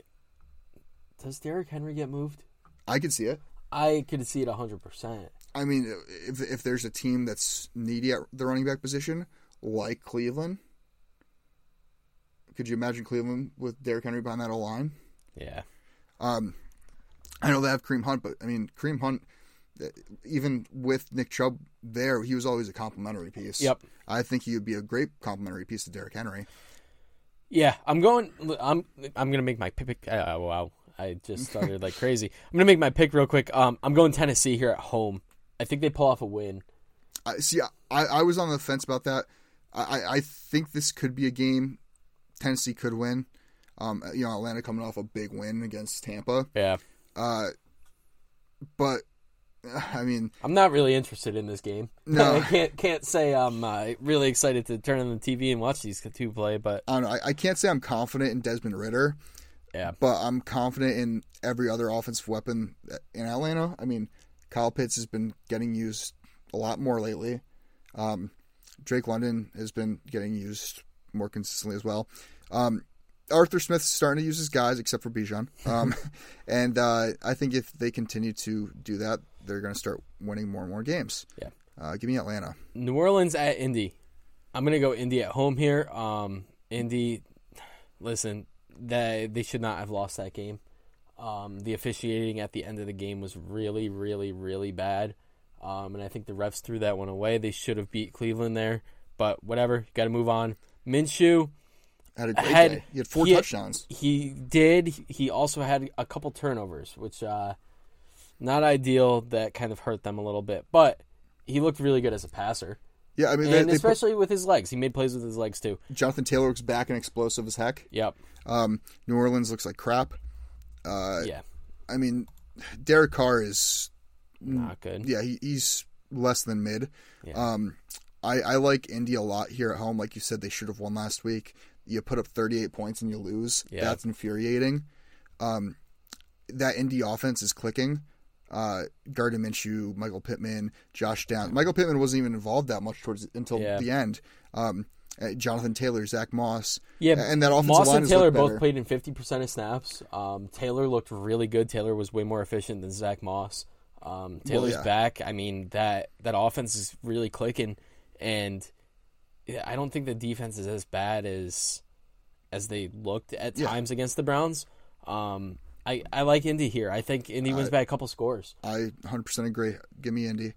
S1: does Derrick Henry get moved?
S2: I can see it.
S1: I could see it hundred percent.
S2: I mean, if if there's a team that's needy at the running back position, like Cleveland, could you imagine Cleveland with Derrick Henry behind that O line?
S1: Yeah.
S2: Um, I know they have Kareem Hunt, but I mean Kareem Hunt, th- even with Nick Chubb there, he was always a complimentary piece.
S1: Yep.
S2: I think he would be a great complimentary piece to Derrick Henry.
S1: Yeah, I'm going. I'm I'm gonna make my pick. Uh, wow, I just started like crazy. I'm gonna make my pick real quick. Um, I'm going Tennessee here at home. I think they pull off a win.
S2: I see. I, I was on the fence about that. I, I- I think this could be a game Tennessee could win. Um, you know, Atlanta coming off a big win against Tampa,
S1: Yeah,
S2: uh, but I mean,
S1: I'm not really interested in this game.
S2: No.
S1: I can't can't say I'm uh, really excited to turn on the TV and watch these two play, but
S2: I don't know. I, I can't say I'm confident in Desmond Ritter.
S1: Yeah.
S2: But I'm confident in every other offensive weapon in Atlanta. I mean, Kyle Pitts has been getting used a lot more lately. Um, Drake London has been getting used more consistently as well. Um, Arthur Smith's starting to use his guys, except for Bijan. Um, and uh, I think if they continue to do that, they're going to start winning more and more games.
S1: Yeah.
S2: Uh, give me Atlanta.
S1: New Orleans at Indy. I'm gonna go Indy at home here. Um, Indy, listen, they they should not have lost that game. Um, the officiating at the end of the game was really, really, really bad. Um, and I think the refs threw that one away. They should have beat Cleveland there, but whatever. Got to move on. Minshew,
S2: Had a great
S1: Had-
S2: day. He had four
S1: he-
S2: touchdowns.
S1: he did. He also had a couple turnovers, which uh, not ideal. That kind of hurt them a little bit, but he looked really good as a passer,
S2: Yeah, I mean, they,
S1: and
S2: they put
S1: especially with his legs. He made plays with his legs too.
S2: Jonathan Taylor looks back and explosive as heck.
S1: Yep.
S2: Um, New Orleans looks like crap. Uh,
S1: yeah.
S2: I mean, Derek Carr is
S1: Not good.
S2: mm, yeah, he, he's less than mid.
S1: Yeah.
S2: Um, I, I like Indy a lot here at home. Like you said, they should have won last week. You put up 38 points and you lose.
S1: Yeah.
S2: That's infuriating. Um, that Indy offense is clicking. Uh, Gardner Minshew, Michael Pittman, Josh Downs. Michael Pittman wasn't even involved that much towards until
S1: Yeah.
S2: the end. Um, uh, Jonathan Taylor, Zach Moss.
S1: Yeah,
S2: and that offensive
S1: Moss
S2: line
S1: and
S2: has
S1: Taylor
S2: looked
S1: both
S2: better.
S1: played in fifty percent of snaps. Um, Taylor looked really good. Taylor was way more efficient than Zach Moss. Um, Taylor's
S2: yeah.
S1: back. I mean that that offense is really clicking, and yeah, I don't think the defense is as bad as as they looked at times against the Browns. Um, I I like Indy here. I think Indy wins by a couple scores.
S2: I 100% agree. Give me Indy.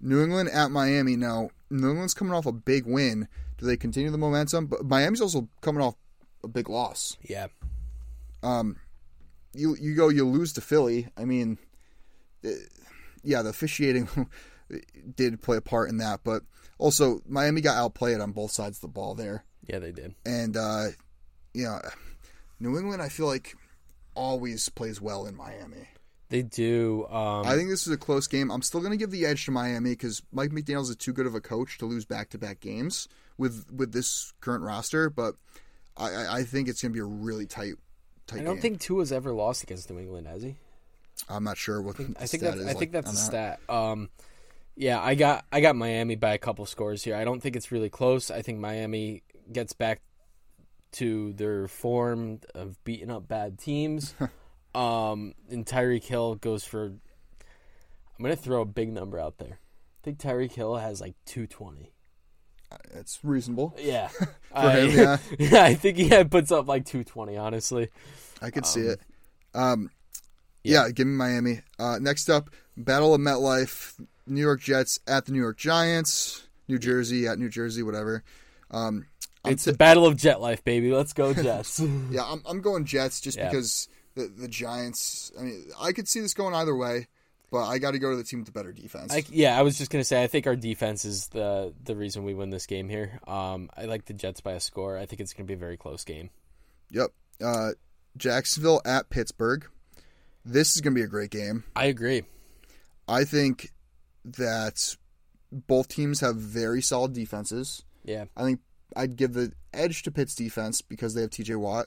S2: New England at Miami. Now, New England's coming off a big win. Do they continue the momentum? But Miami's also coming off a big loss.
S1: Yeah,
S2: You you go, you lose to Philly. I mean, eh, yeah, the officiating did play a part in that, but also Miami got outplayed on both sides of the ball there.
S1: yeah, they did.
S2: And uh, yeah, New England, I feel like always plays well in Miami.
S1: They do. Um,
S2: I think this is a close game. I'm still going to give the edge to Miami because Mike McDaniel's is too good of a coach to lose back to back games with with this current roster. But I- I, I think it's going to be a really tight, tight
S1: I don't
S2: game.
S1: think Tua's ever lost against New England, has he?
S2: I'm not sure what
S1: I
S2: the
S1: think
S2: stat
S1: that's,
S2: is
S1: I think
S2: like
S1: that's a
S2: on that.
S1: stat. Um, yeah, I got I got Miami by a couple scores here. I don't think it's really close. I think Miami gets back to their form of beating up bad teams. um, and Tyreek Hill goes for. I'm gonna throw a big number out there. I think Tyreek Hill has like 220.
S2: It's reasonable.
S1: Yeah, I,
S2: him, yeah.
S1: I think he had, puts up like 220. Honestly,
S2: I could see it. Um, yeah. give me Miami. Uh, next up, Battle of MetLife, New York Jets at the New York Giants, New Jersey at New Jersey, whatever. Um, I'm
S1: it's the battle of jet life, baby. Let's go Jets.
S2: Yeah, I'm, I'm going Jets just
S1: Yeah.
S2: because the the Giants. I mean, I could see this going either way, but I got to go to the team with the better defense.
S1: I, yeah, I was just gonna say I think our defense is the the reason we win this game here. Um, I like the Jets by a score. I think it's gonna be a very close game.
S2: yep. Uh, Jacksonville at Pittsburgh. This is going to be a great game.
S1: I agree.
S2: I think that both teams have very solid defenses.
S1: Yeah,
S2: I think I'd give the edge to Pitt's defense because they have TJ Watt,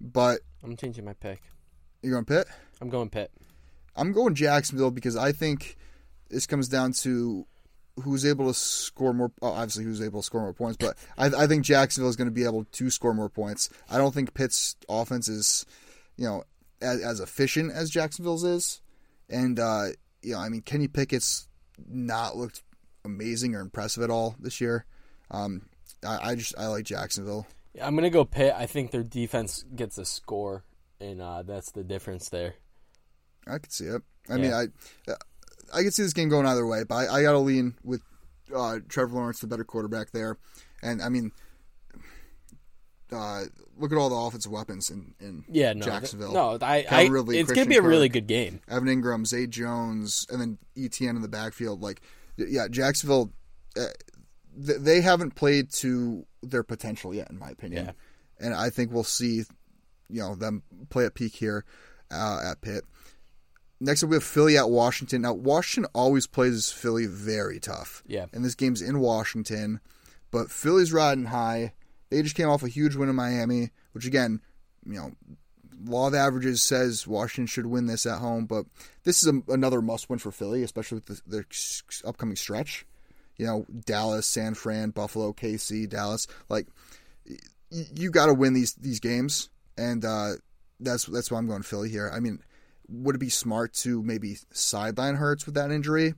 S2: but
S1: I'm changing my pick.
S2: you're going Pitt?
S1: I'm going Pitt.
S2: I'm going Jacksonville because I think this comes down to who's able to score more. oh, obviously, who's able to score more points, but I, I think Jacksonville is going to be able to score more points. I don't think Pitt's offense is, you know, as, as efficient as Jacksonville's is, and uh, you know, I mean, Kenny Pickett's not looked amazing or impressive at all this year. Um, I, I just I like Jacksonville.
S1: I'm gonna go Pitt. I think their defense gets a score, and uh, that's the difference there.
S2: I could see it. I
S1: Yeah.
S2: mean, I I could see this game going either way, but I, I got to lean with uh, Trevor Lawrence, the better quarterback there, and I mean, uh, look at all the offensive weapons in, in
S1: Yeah, no, th-
S2: Jacksonville.
S1: no, I, I
S2: Calvin Ridley,
S1: it's
S2: Christian
S1: gonna be a really
S2: Kirk.
S1: good game.
S2: Evan Ingram, Zay Jones, and then ETN in the backfield. Like, y- yeah, Jacksonville, uh, th- they haven't played to their potential yet, in my opinion.
S1: Yeah.
S2: And I think we'll see, you know, them play at peak here uh, at Pitt. Next up, we have Philly at Washington. Now, Washington always plays Philly very tough.
S1: Yeah.
S2: And this game's in Washington, but Philly's riding high. They just came off a huge win in Miami, which again, you know, law of averages says Washington should win this at home, but this is a, another must win for Philly, especially with the, their s- upcoming stretch. You know, Dallas, San Fran, Buffalo, KC, Dallas. Like, y- you got to win these these games, and uh, that's that's why I'm going Philly here. I mean, would it be smart to maybe sideline Hurts with that injury?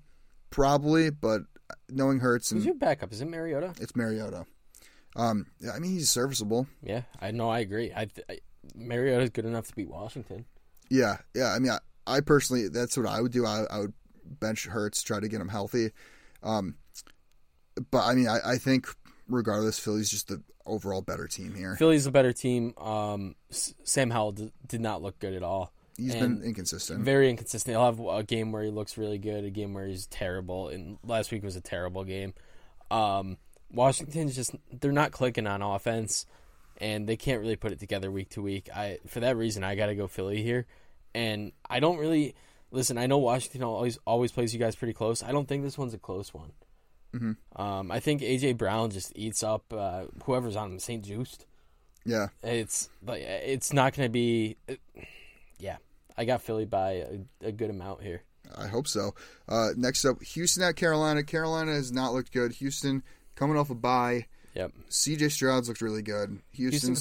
S2: Probably, but knowing Hurts
S1: Who's
S2: and
S1: your backup? Is it Mariota?
S2: it's Mariota. Um, yeah, I mean, he's serviceable.
S1: Yeah, I know. I agree. I, th- I Mariota's good enough to beat Washington.
S2: Yeah, yeah. I mean, I, I personally, that's what I would do. I, I would bench Hurts, try to get him healthy. Um, but I mean, I, I think regardless, Philly's just the overall better team here.
S1: Philly's a better team. Um, S- Sam Howell d- did not look good at all.
S2: He's
S1: and
S2: been inconsistent.
S1: Very inconsistent. He'll have a game where he looks really good, a game where he's terrible, and last week was a terrible game. Um, Washington's just they're not clicking on offense, and they can't really put it together week to week. I for that reason I got to go Philly here, and I don't really listen. I know Washington always always plays you guys pretty close. I don't think this one's a close one. Um, I think AJ Brown just eats up uh, whoever's on him, St. Juiced
S2: Yeah,
S1: it's like it's not going to be. It, yeah, I got Philly by a, a good amount here.
S2: I hope so. Uh, next up, Houston at Carolina. Carolina has not looked good. Houston coming off a bye.
S1: Yep,
S2: CJ Stroud's looked really good. Houston's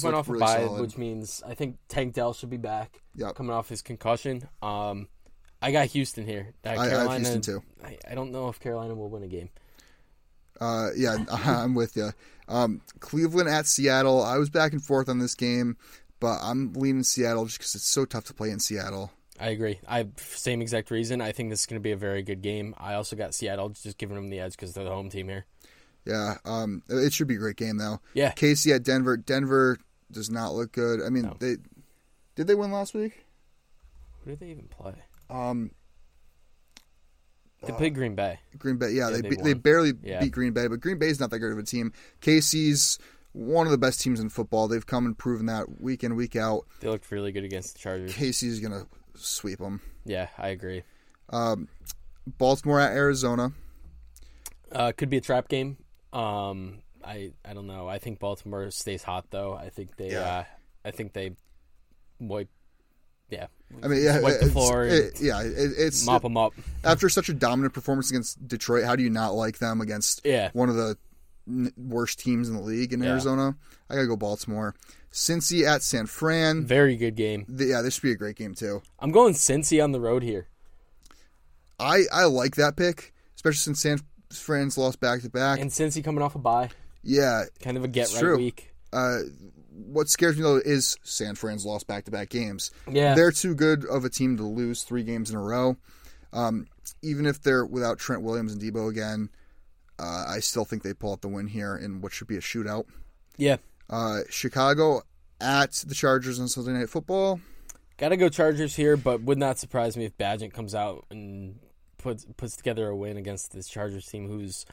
S1: Houston's coming off
S2: looked really
S1: a bye,
S2: solid.
S1: which means I think Tank Dell should be back.
S2: Yep.
S1: coming off his concussion. Um, I got Houston here. Uh,
S2: I
S1: Carolina,
S2: have Houston too.
S1: I, I don't know if Carolina will win a game.
S2: Uh, yeah, I'm with you. Um, Cleveland at Seattle. I was back and forth on this game, but I'm leaning Seattle just because it's so tough to play in Seattle.
S1: I agree. I same exact reason. I think this is going to be a very good game. I also got Seattle just giving them the edge because they're the home team here.
S2: Yeah, um, it should be a great game though.
S1: Yeah.
S2: Casey at Denver. Denver does not look good. I mean,
S1: No.
S2: they did they win last week?
S1: Who did they even play?
S2: Um,
S1: They
S2: Uh,
S1: played Green Bay.
S2: Green Bay. Yeah,
S1: Yeah,
S2: they
S1: they
S2: they, they
S1: won.
S2: barely
S1: Yeah.
S2: beat Green Bay, but Green Bay's not that great of a team. Casey's one of the best teams in football. They've come and proven that week in week out.
S1: They looked really good against the Chargers.
S2: Casey's gonna sweep them.
S1: Yeah, I agree.
S2: Baltimore at Arizona.
S1: Uh, could be a trap game. Um, I I don't know. I think Baltimore stays hot though. I think they.
S2: Yeah.
S1: Uh, I think they wipe. Yeah,
S2: I mean, yeah,
S1: Wipe the
S2: it's-
S1: floor and
S2: it- yeah, it, it's
S1: mop them up.
S2: after such a dominant performance against Detroit. How do you not like them against
S1: Yeah.
S2: one of the n- worst teams in the league in
S1: Yeah.
S2: Arizona? I gotta go Baltimore. Cincy at San Fran.
S1: Very good game.
S2: Th- yeah, this should be a great game too.
S1: I'm going Cincy on the road here.
S2: I I like that pick, especially since San Fran's lost back to back.
S1: And Cincy coming off a bye,
S2: Yeah.
S1: kind of a get right
S2: true.
S1: week.
S2: Uh, what scares me though is San Fran's lost back to back games.
S1: Yeah.
S2: They're too good of a team to lose three games in a row. Um, even if they're without Trent Williams and Debo again, uh, I still think they pull out the win here in what should be a shootout.
S1: Yeah,
S2: Uh, Chicago at the Chargers on Sunday Night Football.
S1: gotta go Chargers here, but would not surprise me if Badgett comes out and puts puts together a win against this Chargers team, who's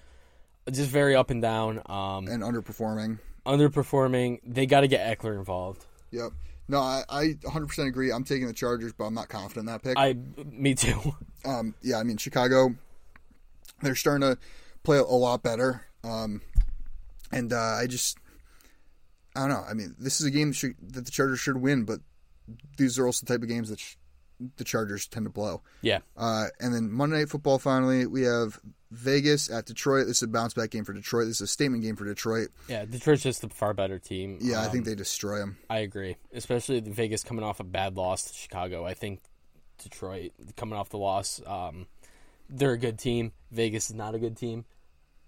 S1: just very up and down, um,
S2: and underperforming.
S1: underperforming. They got to get Eckler involved.
S2: Yep. No, I, I 100% agree. I'm taking the Chargers, but I'm not confident in that pick.
S1: I, me too.
S2: um, yeah, I mean Chicago, they're starting to play a lot better. Um, and uh, I just, I don't know. I mean, this is a game that, should, that the Chargers should win, but these are also the type of games that sh- the Chargers tend to blow.
S1: Yeah,
S2: Uh, and then Monday Night Football. Finally, we have Vegas at Detroit. This is a bounce back game for Detroit. This is a statement game for Detroit.
S1: yeah. Detroit's just a far better team.
S2: Yeah, I
S1: Um,
S2: think they destroy them.
S1: I agree. Especially the Vegas coming off a bad loss to Chicago. I think Detroit coming off the loss. Um, they're a good team. Vegas is not a good team.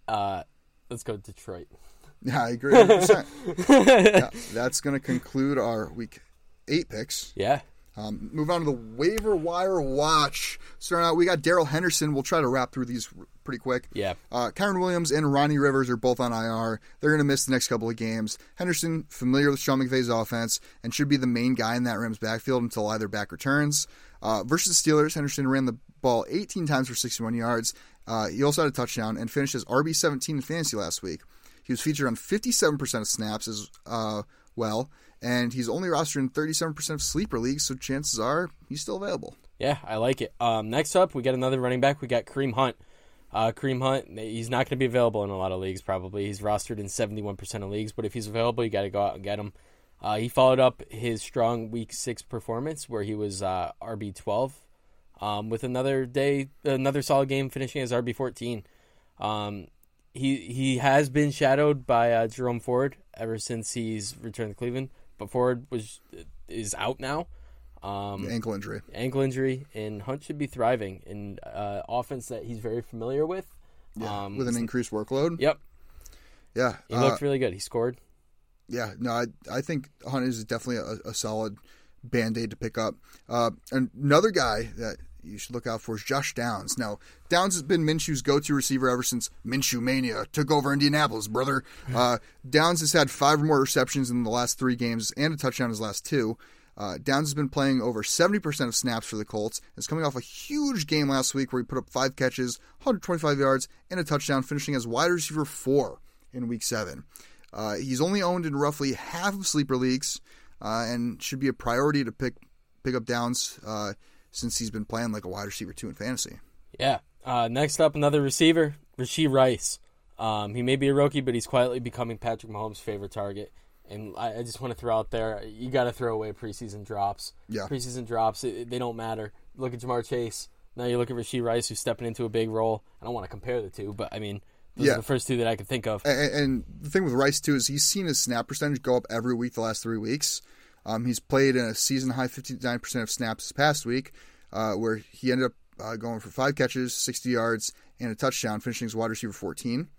S1: Uh, let's go Detroit.
S2: Yeah, I agree. 100%. yeah, that's going to conclude our week eight picks.
S1: Yeah.
S2: Um, move on to the waiver wire watch. Starting out, we got Daryl Henderson. We'll try to wrap through these r- pretty quick.
S1: Yeah.
S2: Uh, Kyron Williams and Ronnie Rivers are both on IR. They're going to miss the next couple of games. Henderson, familiar with Sean McVay's offense, and should be the main guy in that Rams backfield until either back returns. Uh, versus the Steelers, Henderson ran the ball 18 times for 61 yards. Uh, he also had a touchdown and finished as RB17 in fantasy last week. He was featured on 57% of snaps as uh, well, and he's only rostered in 37% of sleeper leagues, so chances are he's still available.
S1: Yeah, I like it. Um, next up, we got another running back. We got Kareem Hunt. Uh, Kareem Hunt, he's not going to be available in a lot of leagues, probably. He's rostered in 71% of leagues, but if he's available, you got to go out and get him. Uh, he followed up his strong week six performance where he was uh, RB12 um, with another day, another solid game, finishing as RB14. Um, he he has been shadowed by uh, Jerome Ford ever since he's returned to Cleveland, but Ford was is out now. Um,
S2: ankle injury.
S1: ankle injury, and Hunt should be thriving in uh, offense that he's very familiar with.
S2: Yeah,
S1: Um,
S2: with an increased workload.
S1: Yep,
S2: Yeah,
S1: he
S2: uh,
S1: looked really good. He scored.
S2: yeah. No, I I think Hunt is definitely a, a solid band aid to pick up. Uh, another guy that you should look out for is Josh Downs. Now, Downs has been Minshew's go-to receiver ever since Minshew mania took over Indianapolis, brother. Uh, Downs has had five or more receptions in the last three games and a touchdown in his last two. Uh, Downs has been playing over 70% of snaps for the Colts. Is coming off a huge game last week where he put up five catches, 125 yards, and a touchdown, finishing as wide receiver four in Week Seven. Uh, he's only owned in roughly half of sleeper leagues, uh, and should be a priority to pick pick up Downs uh, since he's been playing like a wide receiver too in fantasy.
S1: Yeah. Uh, next up, another receiver, Rasheed Rice. Um, he may be a rookie, but he's quietly becoming Patrick Mahomes' favorite target. And I, I just want to throw out there, you got to throw away preseason drops.
S2: Yeah.
S1: Preseason drops, it, it- they don't matter. Look at Jamar Chase. Now you look at Rasheed Rice, who's stepping into a big role. I don't want to compare the two, but I mean, those
S2: Yeah.
S1: are the first two that I could think of.
S2: A- a- And the thing with Rice too is he's seen his snap percentage go up every week the last three weeks. Um, he's played in a season high 59% of snaps this past week, uh, where he ended up uh, going for five catches, 60 yards, and a touchdown, finishing as wide receiver 14.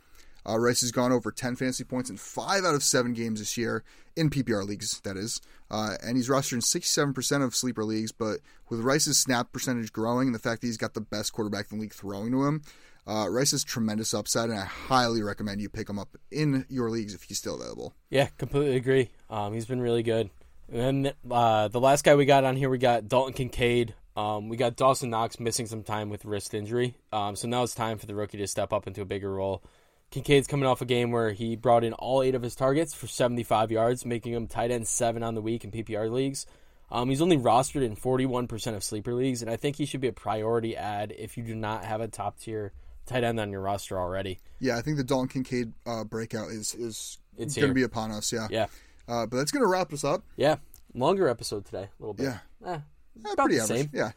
S2: Uh, Rice has gone over 10 fantasy points in five out of seven games this year, in PPR leagues, that is. Uh, and he's rostered in 67% of sleeper leagues, but with Rice's snap percentage growing and the fact that he's got the best quarterback in the league throwing to him, uh, Rice has tremendous upside, and I highly recommend you pick him up in your leagues if he's still available.
S1: Yeah, completely agree. Um, he's been really good. And then uh, the last guy we got on here, we got Dalton Kincaid. Um, we got Dawson Knox missing some time with wrist injury. Um, so now it's time for the rookie to step up into a bigger role. Kincaid's coming off a game where he brought in all eight of his targets for 75 yards, making him tight end seven on the week in PPR leagues. Um, he's only rostered in 41% of sleeper leagues, and I think he should be a priority ad if you do not have a top tier tight end on your roster already.
S2: Yeah, I think the Dalton Kincaid uh, breakout is is
S1: It's
S2: going
S1: here.
S2: to be upon us. Yeah,
S1: Yeah.
S2: Uh, but that's going to wrap us up.
S1: Yeah. Longer episode today, a little bit.
S2: Yeah.
S1: Eh,
S2: Yeah,
S1: about
S2: pretty
S1: the
S2: average.
S1: same.
S2: Yeah,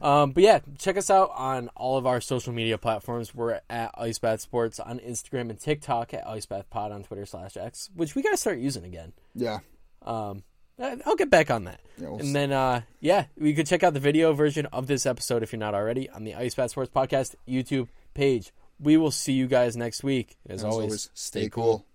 S1: Um, but yeah, check us out on all of our social media platforms. We're at Ice Bath Sports on Instagram and TikTok at Ice Bath Pod on Twitter slash X, which we gotta start using again.
S2: yeah.
S1: Um, I- I'll get back on that.
S2: Yeah, we'll s-
S1: and then, uh, yeah, you can check out the video version of this episode if you're not already on the Ice Bath Sports Podcast YouTube page. We will see you guys next week. As,
S2: As
S1: always,
S2: always, stay cool.